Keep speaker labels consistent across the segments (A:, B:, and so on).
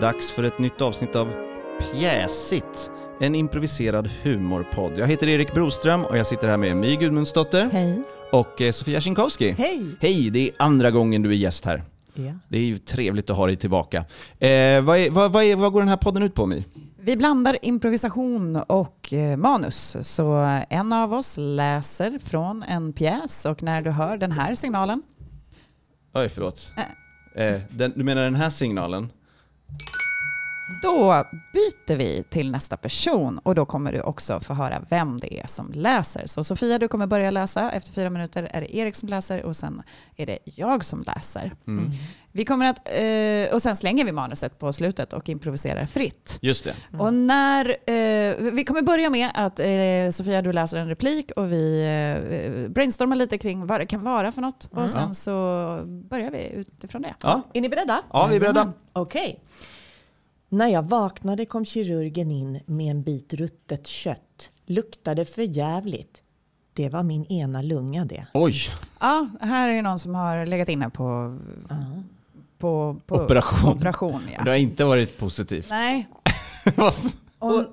A: dags för ett nytt avsnitt av Pjäsigt, en improviserad humorpodd. Jag heter Erik Broström och jag sitter här med My Gudmundsdotter
B: Hej.
A: och eh, Sofia Sinkowski.
B: Hej.
A: Hej, det är andra gången du är gäst här.
B: Ja.
A: Det är ju trevligt att ha dig tillbaka. Eh, vad, är, vad, vad, är, vad går den här podden ut på My?
B: Vi blandar improvisation och eh, manus. Så eh, en av oss läser från en pjäs och när du hör den här signalen.
A: Oj, förlåt. Eh, den, du menar den här signalen?
B: Då byter vi till nästa person och då kommer du också få höra vem det är som läser. Så Sofia, du kommer börja läsa. Efter fyra minuter är det Erik som läser och sen är det jag som läser.
A: Mm.
B: Vi kommer att, eh, och sen slänger vi manuset på slutet och improviserar fritt.
A: Just det.
B: Och när, eh, vi kommer börja med att eh, Sofia du läser en replik och vi eh, brainstormar lite kring vad det kan vara för något. Och sen så börjar vi utifrån det.
A: Ja,
C: Är ni beredda?
A: ja vi är beredda.
B: Jajamän.
C: Okej. När jag vaknade kom kirurgen in med en bit ruttet kött. Luktade för jävligt. Det var min ena lunga det.
A: Oj,
B: Ja, här är någon som har legat inne på, på, på
A: Operation.
B: operation
A: det
B: ja.
A: har inte varit positivt.
B: Nej. Och,
D: Och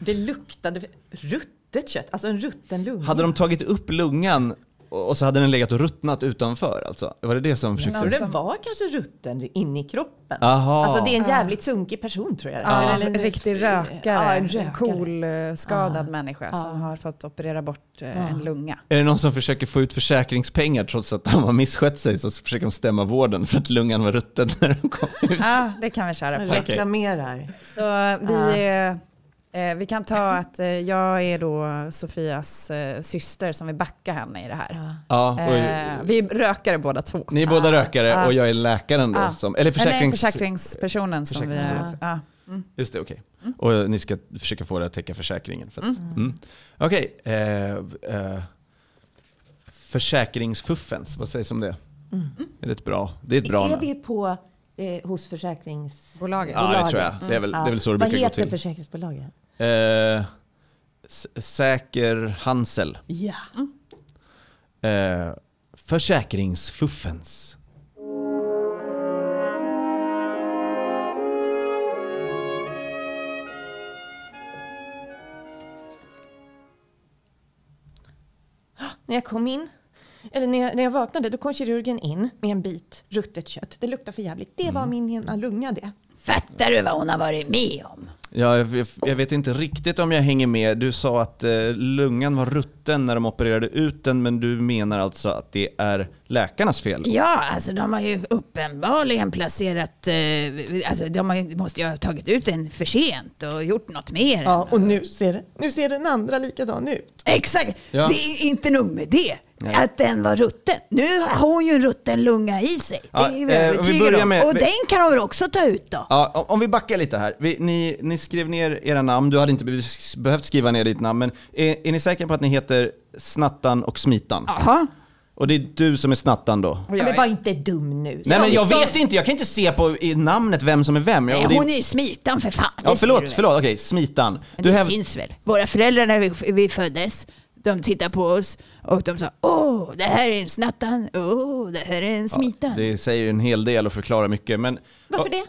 D: det luktade ruttet kött, alltså en rutten lunga.
A: Hade de tagit upp lungan och och så hade den legat och ruttnat utanför alltså? Var det det som försökte...
B: Någon
D: Tror det
B: som-
D: var kanske rutten inne i kroppen.
A: Aha.
D: Alltså det är en jävligt sunkig person tror jag.
B: ja,
D: Eller
B: en riktig rökare,
D: Ja, en
B: en,
D: rökare.
B: KOL-skadad människa som har fått operera bort eh, en lunga.
A: Är det någon som försöker få ut försäkringspengar trots att de har misskött sig så försöker de stämma vården för att lungan var rutten när de kom ut?
B: Ja, det kan vi köra på.
D: Reklamerar.
B: Så vi, eh, eh, vi kan ta att eh, jag är då Sofias eh, syster som vill backa henne i det här.
A: Ja,
B: Eh,
A: och,
B: vi rökare båda två.
A: ni är
E: ah,
A: båda rökare och jag är läkaren då,
B: Ah.
A: som, eller
B: Nej,
A: försäkrings...
B: försäkringspersonen som
A: Försäkringsperson.
B: vi är. Ja.
A: Just det, okej. Och ni ska försöka få det att täcka försäkringen. För att, mm. Okej. Eh, eh, försäkringsfuffens, vad sägs om det? Är det ett bra, det är ett bra
D: Är
A: namn?
D: vi på eh, hos försäkrings...
B: Bolaget.
A: Ja, det tror jag. Det är väl, det är väl så det
D: Mm. Vad
A: brukar gå
D: heter
A: till.
D: försäkringsbolaget?
A: Eh, s- säker Hansel.
D: Ja.
A: Eh, försäkringsfuffens.
D: När jag kom in, eller när jag, när jag vaknade, då kom kirurgen in med en bit ruttet kött. Det luktar för jävligt. Det var
A: Mm.
D: min ena lunga det.
B: Fattar du vad hon har varit med om?
A: Ja, jag, jag- jag vet inte riktigt om jag hänger med. Du sa att eh, lungan var rutten när de opererade ut den, men du menar alltså att det är läkarnas fel?
E: Ja, alltså de har ju uppenbarligen placerat, eh, alltså de har, ju- måste ju ha tagit ut den för sent och gjort något mer.
D: Ja, och nu ser, det- nu ser den andra likadan ut.
E: Exakt,
A: Ja.
E: det är inte nog med det, att den var rutten. Nu har hon ju en rutten lunga i sig,
A: Ja,
E: det är
A: eh, om
E: jag
A: vi
E: övertygad
A: börjar
E: om.
A: med-
E: och
A: vi-
E: den kan hon väl också ta ut då?
A: Ja, om- om vi backar lite här. Vi, ni, ni skrev ner era namn, du hade inte be- behövt skriva ner ditt namn, men är, är ni säkra på att ni heter Snattan och Smitan?
E: Jaha.
A: Och det är du som är Snattan då?
D: Men var inte dum nu.
A: Nej men jag
E: som-
A: vet inte, jag kan inte se på i namnet vem som är vem. Jag,
E: Nej,
A: och det,
E: hon är ju smitan för fan.
A: ja,
E: det ser du
A: förlåt,
E: väl.
A: förlåt, okej, smitan.
E: Men
A: Du
E: det
A: häv-
E: syns väl? Våra föräldrar när vi, vi föddes, de tittade på oss och de sa åh, det här är en snattan, åh, det här är en smitan.
A: det säger ju en hel del och förklarar mycket men...
D: Varför det?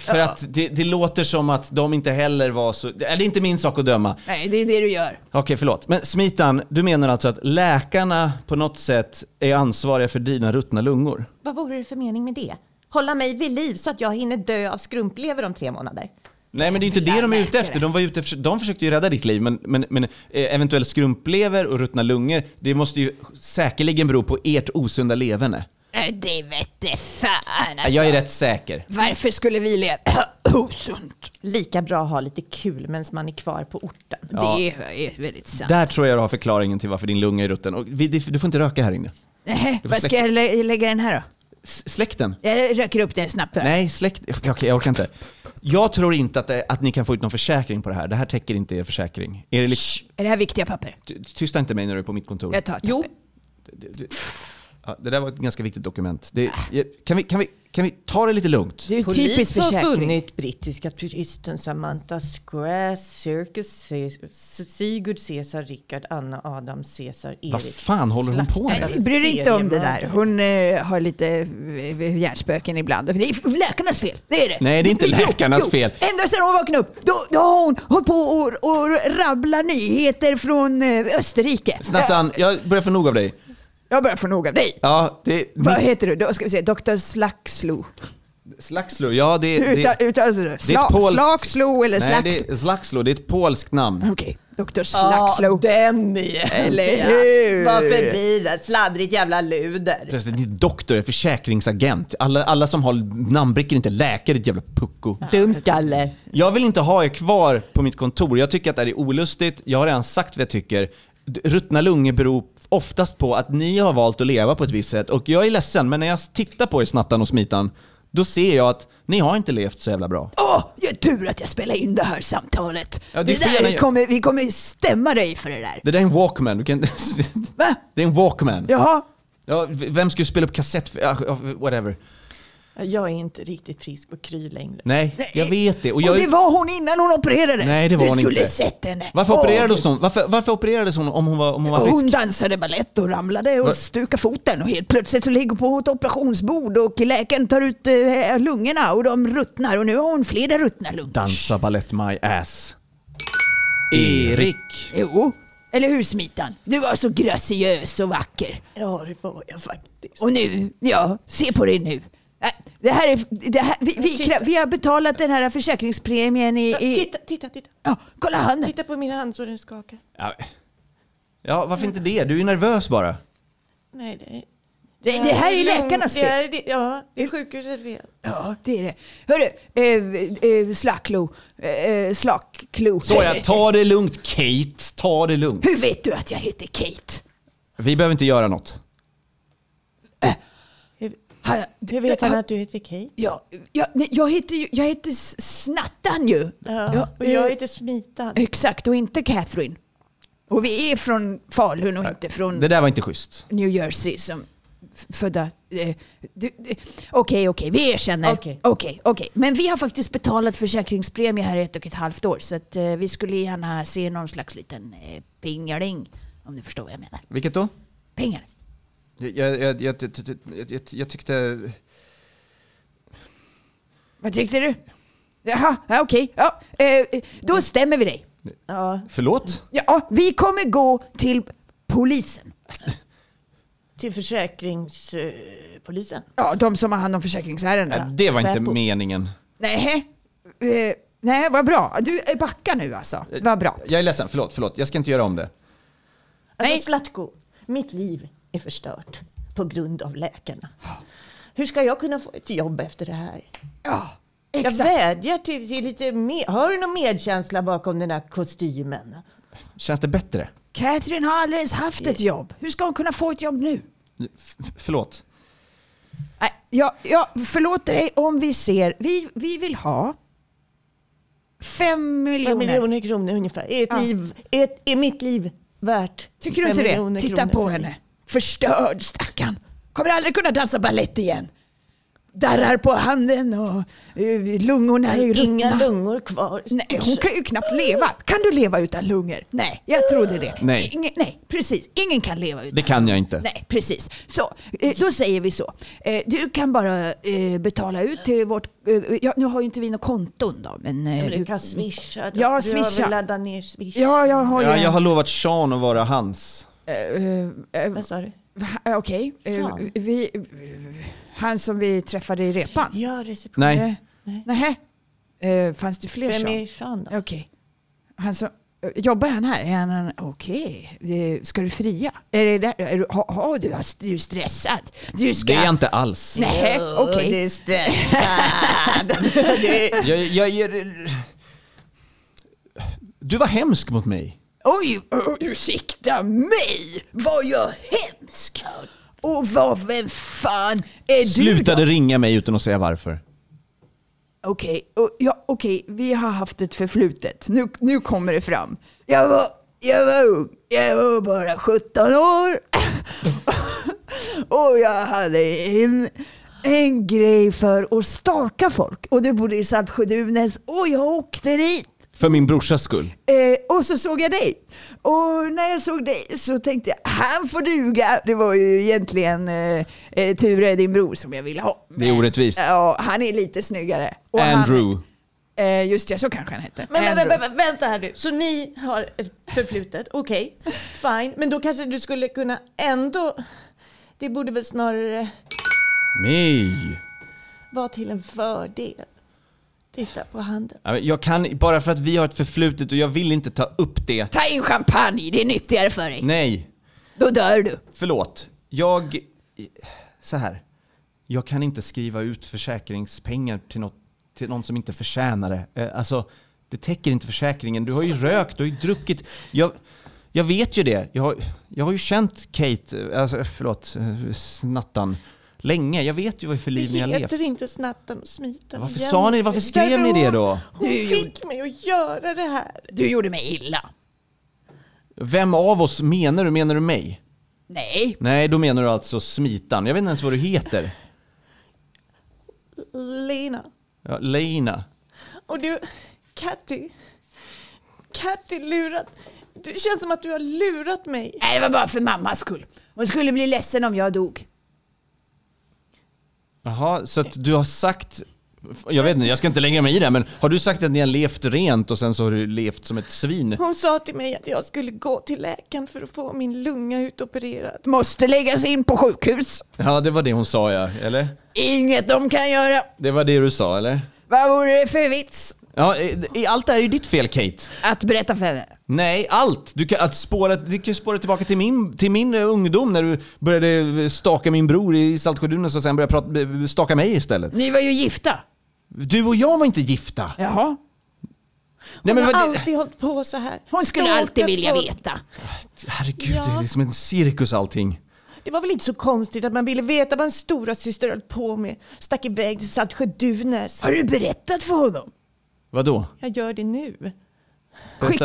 A: För att det, det låter som att de inte heller var så... Det är inte min sak att döma.
E: Nej, det är det du gör.
A: Okej, förlåt. Men Smitan, du menar alltså att läkarna på något sätt är ansvariga för dina ruttna lungor?
D: Vad vore det för mening med det? Hålla mig vid liv så att jag hinner dö av skrumplever om tre månader.
A: Nej men det är inte det de är ute efter. De, var ute efter, de försökte ju rädda ditt liv men, men, men eh, eventuell skrumplever och ruttna lungor, det måste ju säkerligen bero på ert osunda leverne.
E: Nej, Det vette fan alltså.
A: Jag är rätt säker.
E: Varför skulle vi leva osunt?
D: Lika bra att ha lite kul medan man är kvar på orten.
E: Det är väldigt sant.
A: Där tror jag du har förklaringen till varför din lunga är rutten. Och vi, du får inte röka här inne.
E: Nej,
A: får
E: vad ska jag lä- lägga den här då?
A: S- släkten?
E: Jag röker upp den snabbt. här.
A: Nej, släkt... Okej, jag orkar inte. Jag tror inte att, det, att ni kan få ut någon försäkring på det här. Det här täcker inte er försäkring. Är det liksom, li-
E: Är det här viktiga papper?
A: Ty- Tysta inte mig när du är på mitt kontor.
E: Jag tar ett
D: Jo,
E: papper.
A: Du- du- Ja, det där var ett ganska viktigt dokument. Det, kan, vi, kan, vi, kan vi ta det lite lugnt?
C: Det är ju
B: typiskt
C: Polis har
B: försäkring.
C: funnit brittiska turisten Samantha Squares, Circus Caesar, Sigurd Caesar, Rickard, Anna, Adam, Caesar, Erik.
A: Vad fan håller hon på med?
C: slaktare.
E: Bry dig inte om det där. Hon eh, har lite eh, hjärnspöken ibland. Det är läkarnas fel, det är det.
A: Nej, det är inte
E: Jo,
A: läkarnas fel.
E: Ända sedan hon vaknade upp, då, då har hon hållit på och, och rabblar nyheter från eh, Österrike.
A: Snattan, jag börjar få nog av dig.
E: Jag börjar få nog av dig.
A: Ja, det...
E: Vad heter du? Då ska vi se, Dr. Slakslo.
A: Slagslo, ja det... det,
E: Utan, utan, sla,
A: det är ett polskt-
E: Slakslo eller
A: Nej,
E: Slax...
A: det är Slagslo, det är ett polskt namn.
E: Okej, Dr. Slakslo.
C: den igen!
E: Eller
C: Ja.
E: hur?
C: Varför blir det sladdrigt jävla luder?
A: Förresten, det är doktor, jag är försäkringsagent. Alla, alla som har namnbrickor är inte läkare, ditt jävla pucko.
C: Dumskalle.
A: Jag vill inte ha er kvar på mitt kontor. Jag tycker att det här är olustigt. Jag har redan sagt vad jag tycker. D- Ruttna lungor beror oftast på att ni har valt att leva på ett visst sätt. Och jag är ledsen, men när jag tittar på er Snattan och Smitan, då ser jag att ni har inte levt så jävla bra.
E: Åh, jag tur att jag spelar in det här samtalet.
A: Ja, det
E: det
A: får gärna
E: där
A: göra.
E: kommer, vi kommer stämma dig för det där.
A: Det där är en walkman. Du kan... inte-
E: Va?
A: det är en walkman.
E: Jaha,
A: Ja, v- vem ska spela upp kassett för? Ja, ja, Whatever.
D: Jag är inte riktigt frisk på kry längre.
A: Nej, jag vet det. Och
E: och,
A: jag...
E: det var hon innan hon opererades.
A: Nej, det var
E: du
A: hon
E: skulle
A: inte.
E: sett henne.
A: varför,
E: Åh,
A: opererades
E: Gud.
A: hon? Varför, varför opererades hon om hon var, om hon var
E: Och
A: frisk?
E: Hon dansade ballett och ramlade och
A: Va?
E: stukade foten och helt plötsligt så ligger hon på ett operationsbord och läkaren tar ut eh, lungorna och de ruttnar och nu har hon flera ruttna lungor.
A: Dansa ballett my ass. Erik.
E: Jo, eller hur Smitan? Du var så graciös och vacker.
D: Ja, det var jag faktiskt.
E: Och nu, ja, se på dig nu. Äh, Det här är, det här, vi, vi,
D: Titta.
E: krä- vi har betalat den här försäkringspremien i... i
D: Titta, titta, titta.
E: ja, kolla handen!
D: Titta på mina hand så den skakar.
A: Ja. ja, varför inte det? Du är ju nervös bara.
D: Nej, det är...
E: Det, det här är
D: lugnt.
E: läkarnas
D: Det
E: fel.
D: är- det- Ja, det är sjukhusets fel.
E: Ja, det är det. Hörru, eh, eh, slacklo. Eh, slakklo.
A: Såja, ta det lugnt Kate. Ta det lugnt.
E: Hur vet du att jag heter Kate?
A: Vi behöver inte göra något.
D: Hur,
E: Har jag-
D: hur vet han
E: har-
D: att du heter Kate?
E: Ja, jag, nej, jag heter ju, jag heter S- Snattan ju.
D: Ja,
E: Ja,
D: och jag
E: eh,
D: heter Smitan.
E: Exakt, och inte Catherine. Och vi är från Falun och inte från
A: Det där var inte schysst.
E: New Jersey som f- födda... eh, du- eh, Okej, okej, vi erkänner. Okej,
C: Okej.
E: okej. Men vi har faktiskt betalat försäkringspremie här i ett och ett halvt år så att eh, vi skulle gärna se någon slags liten eh, pingeling. Om du förstår vad jag menar.
A: Vilket då?
E: Pengar.
A: Jag, jag, jag, jag, jag, jag tyckte...
E: Vad tyckte du? Jaha, ja, okej. Ja, eh, då stämmer vi dig.
D: Ja,
A: Förlåt?
E: Ja, vi kommer gå till polisen.
D: till försäkringspolisen. Alltså,
E: Ja, de som har hand om försäkringsärendena.
A: Nej, det var inte
D: Fäbo.
A: meningen.
E: Nej, eh, nej, vad bra. Du eh, backar nu alltså.
D: Eh,
E: Vad bra.
A: Jag är ledsen, förlåt, förlåt. Jag ska inte göra om det.
D: Alltså
E: Nej.
D: Zlatko, mitt liv är förstört på grund av läkarna. Hur ska jag kunna få ett jobb efter det här?
E: Ja,
D: Jag
E: exakt.
D: vädjar till, till lite mer. Har du någon medkänsla bakom den här kostymen?
A: Känns det bättre?
E: Catherine har aldrig ens haft
D: Eh.
E: ett jobb. Hur ska hon kunna få ett jobb nu?
A: F förlåt.
E: Nej, jag, jag förlåter dig om vi ser. Vi, vi vill ha fem
D: Fem
E: miljoner.
D: miljoner kronor ungefär. Är, ett
E: Ja.
D: liv, är, ett, är mitt liv värt
E: Tycker du
D: fem
E: inte det?
D: miljoner
E: Titta
D: kronor
E: på
D: för
E: henne. Förstörd stackarn. Kommer aldrig kunna dansa ballett igen. Darrar på handen och eh, lungorna är
D: mig?
E: ruttna.
D: Inga lungor kvar.
E: Nej, hon kan ju knappt leva. Kan du leva utan lungor? Nej, jag trodde det.
A: Nej.
E: Ingen, nej, precis. Ingen kan leva utan
A: Det kan jag inte.
E: Nej, precis. Så, eh, då säger vi så. Eh, Du kan bara eh, betala ut till vårt... eh, Ja, nu har ju inte vi några konton då, men... eh,
D: Du
E: du-
D: kan swisha. då.
E: Ja,
D: Du har
E: swisha.
D: väl laddat ner swish?
E: Ja, jag har ju...
A: Ja, jag har lovat Sean att vara hans.
E: eh, eh,
D: Vad sa du?
E: va- Okej. eh,
D: Ja.
E: vi- Han som vi träffade i repan?
D: Ja, reception.
A: Nej.
E: Eh, Nähä. Eh, Fanns det fler
D: Vem
E: Sean?
D: är Sean då?
E: Okej. Han som, jobbar han här? Är han en- Okej. Eh, Ska du fria? Är det där? Är du, ha, ha, du, har- du är stressad. Du ska...
A: Det är jag inte alls.
E: Nej,
D: Äh,
E: okej.
C: Det är stressad. Det är-
A: Jag, jag, jag, du var hemsk mot mig.
E: Oj, oj, ursäkta mig! Var jag hemsk? Och vad, vem fan är du
A: Slutade
E: då?
A: ringa mig utan att säga varför.
E: Okej, och- ja, okej, vi har haft ett förflutet. Nu, nu kommer det fram. Jag var, jag var ung. Jag var bara 17 år. och jag hade en, en grej för att stalka folk. Och det bodde i Saltsjö-Duvnäs och jag åkte dit.
A: För min brorsas skull.
E: Eh, och så såg jag dig. Och när jag såg dig så tänkte jag, han får duga. Det var ju egentligen eh, eh, Ture, din bror, som jag ville ha.
A: Det är orättvist.
E: Ja, han är lite snyggare. Och han-
A: Andrew.
E: eh, just ja, så kanske han hette.
D: Men, men,
E: Andrew.
D: men, men vänta här nu, så ni har ett förflutet, okej, fine. Men då kanske du skulle kunna ändå, det borde väl snarare
A: My.
D: vara till en fördel. Titta på handen.
A: Ja, men Jag kan, bara för att vi har ett förflutet och jag vill inte ta upp det.
E: Ta in champagne, det är nyttigare för dig.
A: Nej,
E: Då dör du.
A: förlåt. Jag... Så här. Jag kan inte skriva ut försäkringspengar till, något, till någon som inte förtjänar det. Eh, Alltså, det täcker inte försäkringen. Du har ju rökt, du har ju druckit. Jag, jag vet ju det. Jag, har- jag har ju känt Kate, eh, alltså, förlåt, eh, Snattan, länge. Jag vet ju vad för
D: Det
A: liv ni har levt.
D: heter inte snatten och smiten.
A: Varför
D: igen.
A: sa ni, varför skrev ni det då?
D: Därför Hon,
E: Du
D: hon fick mig att göra det här.
E: Du gjorde mig illa.
A: Vem av oss menar du? Menar du mig?
E: Nej.
A: Nej, då menar du alltså smitan. Jag vet inte ens vad du heter.
D: Lena.
A: Ja, Leina.
D: Och du, Katty. Katty lurat. Det känns som att du har lurat mig.
E: Nej, det var bara för mammas skull. Hon skulle bli ledsen om jag dog.
A: Jaha, så att du har sagt... Jag vet inte, jag ska inte lägga mig i det här, men har du sagt att ni har levt rent och sen så har du levt som ett svin?
D: Hon sa till mig att jag skulle gå till läkaren för att få min lunga utopererad.
E: Måste läggas in på sjukhus.
A: Ja, det var det hon sa ja, eller?
E: Inget de kan göra.
A: Det var det du sa, eller?
E: Vad vore det för vits
A: Ja, eh, eh, allt det här är ju ditt fel Kate.
E: att berätta för henne?
A: Nej, allt! Du kan, att spåra, du kan ju spåra tillbaka till min, till min eh, ungdom när du började eh, staka min bror i Saltsjö-Dunas och sen började prata, eh, staka mig istället.
E: Ni var ju gifta.
A: Du och jag var inte gifta!
E: Jaha.
A: Nej,
D: Hon
A: men
D: har
A: vad-
D: alltid hållit på så här.
E: Hon skulle
D: Stalkat
E: alltid vilja
D: folk.
E: veta.
A: Herregud,
D: Ja.
A: det är som en cirkus allting.
D: Det var väl inte så konstigt att man ville veta vad en stora syster höll på med. Stack iväg till Saltsjö-Duvnäs.
E: Har du berättat för honom?
A: Vadå?
D: Jag gör det nu.
A: Vänta.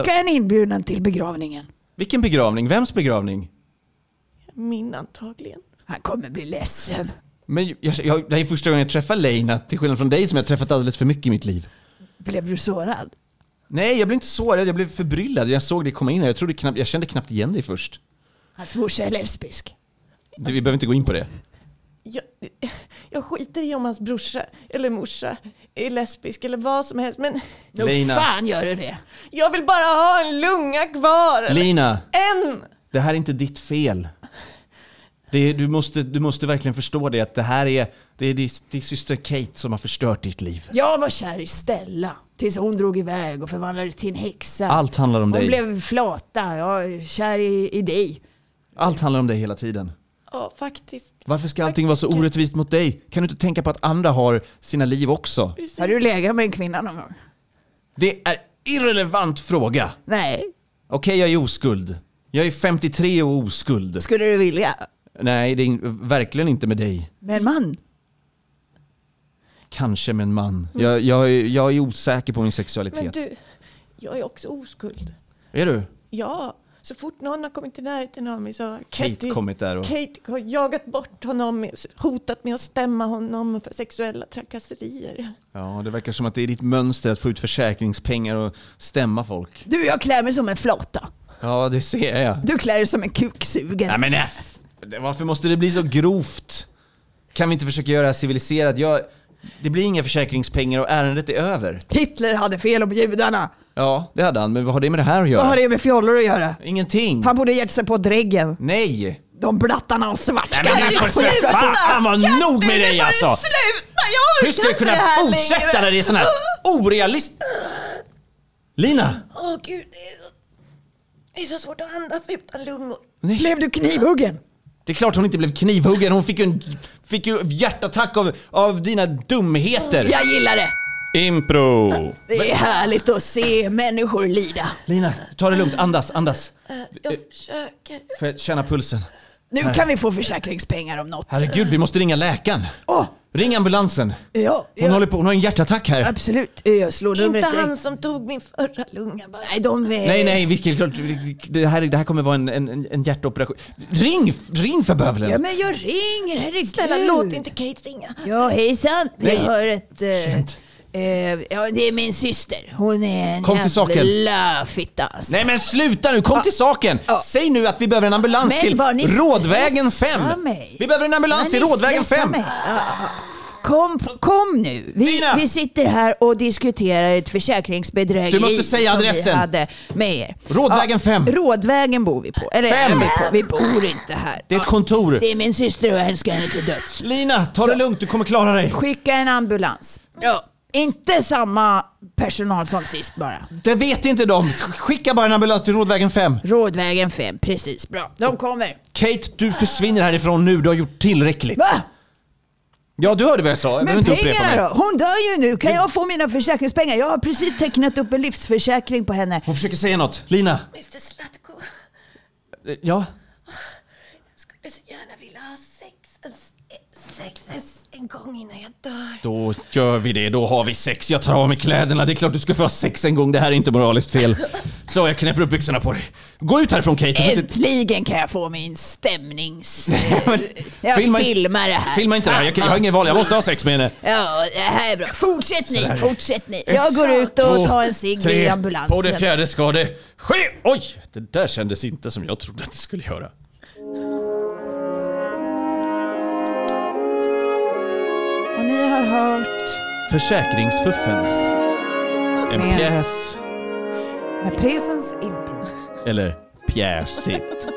E: Skicka en inbjudan till begravningen.
A: Vilken begravning? Vems begravning?
D: Min antagligen.
E: Han kommer bli ledsen.
A: Men jag, jag, det här är första gången jag träffar Leina, till skillnad från dig som jag har träffat alldeles för mycket i mitt liv.
E: Blev du sårad?
A: Nej, jag blev inte sårad, jag blev förbryllad. Jag såg dig komma in här, jag, trodde knappt, jag kände knappt igen dig först.
E: Hans morsa är lesbisk.
A: Du, vi behöver inte gå in på det.
D: Jag, jag skiter i om hans brorsa eller morsa är lesbisk eller vad som helst. Men
E: Nog
A: Lina.
E: fan gör du det?
D: jag vill bara ha en lunga kvar. eller
A: Lina,
D: En!
A: det här är inte ditt fel. Det är, du, måste, du måste verkligen förstå det, att det här är, det är din, din syster Kate som har förstört ditt liv.
E: Jag var kär i Stella tills hon drog iväg och förvandlades till en häxa.
A: Allt handlar om
E: hon
A: dig.
E: blev flata. Jag är kär i, i dig.
A: Allt handlar om dig hela tiden.
D: Ja, faktiskt.
A: Varför ska allting vara så orättvist mot dig? Kan du inte tänka på att andra har sina liv också?
D: Precis.
E: Har du legat med en kvinna någon gång?
A: Det är irrelevant fråga.
E: Nej.
A: Okej, jag är oskuld. Jag är 53 och oskuld.
E: Skulle du vilja?
A: Nej, det är in- verkligen inte med dig.
E: Med en man?
A: Kanske med en man. Jag, jag, är- jag är osäker på min
D: Men
A: sexualitet.
D: du, jag är också oskuld.
A: Är du?
D: Ja, så fort någon har kommit i närheten av mig så har
A: Kate
D: Katie-
A: kommit där och...
D: Kate har jagat bort honom, hotat med att stämma honom för sexuella trakasserier.
A: Ja, det verkar som att det är ditt mönster att få ut försäkringspengar och stämma folk.
E: Du, jag klär mig som en flata.
A: Ja, det ser jag.
E: Du klär dig som en kuksugare.
A: Nej men F! Varför måste det bli så grovt? Kan vi inte försöka göra det här civiliserat? Jag, det blir inga försäkringspengar och ärendet är över.
E: Hitler hade fel om judarna.
A: Ja, det hade han, men vad har det med det här att göra?
E: Vad har det med fjollor att göra?
A: Ingenting.
E: Han borde gett sig på dräggen.
A: Nej!
E: De blattarna och svartskallarna.
A: alltså, fan vara nog med dig alltså!
D: Sluta! Jag
A: Hur ska jag kunna fortsätta när det är sån här orealist... Lina!
D: Åh gud, det är, så, det är så svårt att andas utan lungor.
A: Nej.
E: Blev du knivhuggen?
A: Det är klart hon inte blev knivhuggen, hon fick ju, en, fick ju hjärtattack av, av dina dumheter.
E: Jag gillar det.
A: Impro!
E: Det är härligt att se människor lida.
A: Lina, ta det lugnt, andas, andas.
D: Eh, Jag försöker.
A: Får jag känna pulsen?
E: Nu kan vi få försäkringspengar om något.
A: Herregud, vi måste ringa läkaren.
E: Åh,
A: Ring ambulansen.
E: Ja,
A: Hon, håller på, hon har en hjärtattack här.
E: absolut. Eh, Jag slår numret
D: Inte
E: direkt.
D: han som tog min förra lunga bara.
E: Nej, de...
A: Nej, nej, vilket, klart, det, här, det här kommer vara en, en, en hjärtoperation. Ring, ring för bövelen!
E: Ja, men jag ringer, herregud.
D: Snälla låt inte Kate ringa.
E: Ja, hejsan. Vi
A: Nej.
E: har ett... Eh,
A: Shit.
E: eh, ja, det är min syster. Hon är en
A: Kom till saken.
E: jävla fitta. Alltså.
A: Nej men sluta nu, kom till saken! Säg nu att vi behöver en ambulans
E: Men
A: till
E: vad ni
A: Rådvägen
E: stressar
A: 5!
E: mig.
A: Vi behöver en ambulans
E: Ja,
A: till
E: ni
A: Rådvägen
E: stressar
A: 5!
E: mig. Ja. Kom, kom nu. Vi,
A: Lina!
E: vi sitter här och diskuterar ett försäkringsbedrägeri
A: Du måste säga
E: som vi
A: adressen.
E: hade med er.
A: Rådvägen fem.
E: Rådvägen bor vi på. Eller
A: Fem.
E: är vi på. Vi bor inte här.
A: Det är ett
E: Ja,
A: kontor.
E: det är min syster och jag älskar henne till döds.
A: Lina, ta det lugnt, du kommer klara dig.
E: Skicka en ambulans. Ja. Inte samma personal som sist bara.
A: Det vet inte de. Skicka bara en ambulans till Rådvägen 5.
E: Rådvägen 5, precis. Bra. De kommer.
A: Kate, du försvinner härifrån nu. Du har gjort tillräckligt.
E: Va?
A: Ja, du hörde vad jag sa. Jag behöver
E: Men
A: inte upprepa mig.
E: pengarna då? Hon dör ju nu. Kan jag få mina försäkringspengar? Jag har precis tecknat upp en livsförsäkring på henne.
A: Hon försöker säga något. Lina?
D: Mr Zlatko,
A: eh, Ja?
D: jag skulle så gärna vilja ha sex, en- sex en- en gång innan jag dör.
A: Då gör vi det. Då har vi sex. Jag tar av mig kläderna. Det är klart du ska få ha sex en gång. Det här är inte moraliskt fel. Så, jag knäpper upp byxorna på dig. Gå ut härifrån Kate. Du får inte-
E: Äntligen kan jag få min stämnings...
A: Men
E: Jag
A: filma in-
E: filmar det här.
A: Filma inte det här. Jag, kan- jag har ingen val. Jag måste ha sex med henne.
E: Ja, det här är bra. Fortsätt
A: Sådär.
E: ni, fortsätt ni. Jag går ut och tar en cigg i
A: På det
E: ambulansen.
A: fjärde ska det ske. Oj! Det där kändes inte som jag trodde att det skulle göra.
B: Och ni har hört
A: Försäkringsfuffens. En
B: Men-
A: pjäs,
B: med presens impro.
A: eller pjäsigt.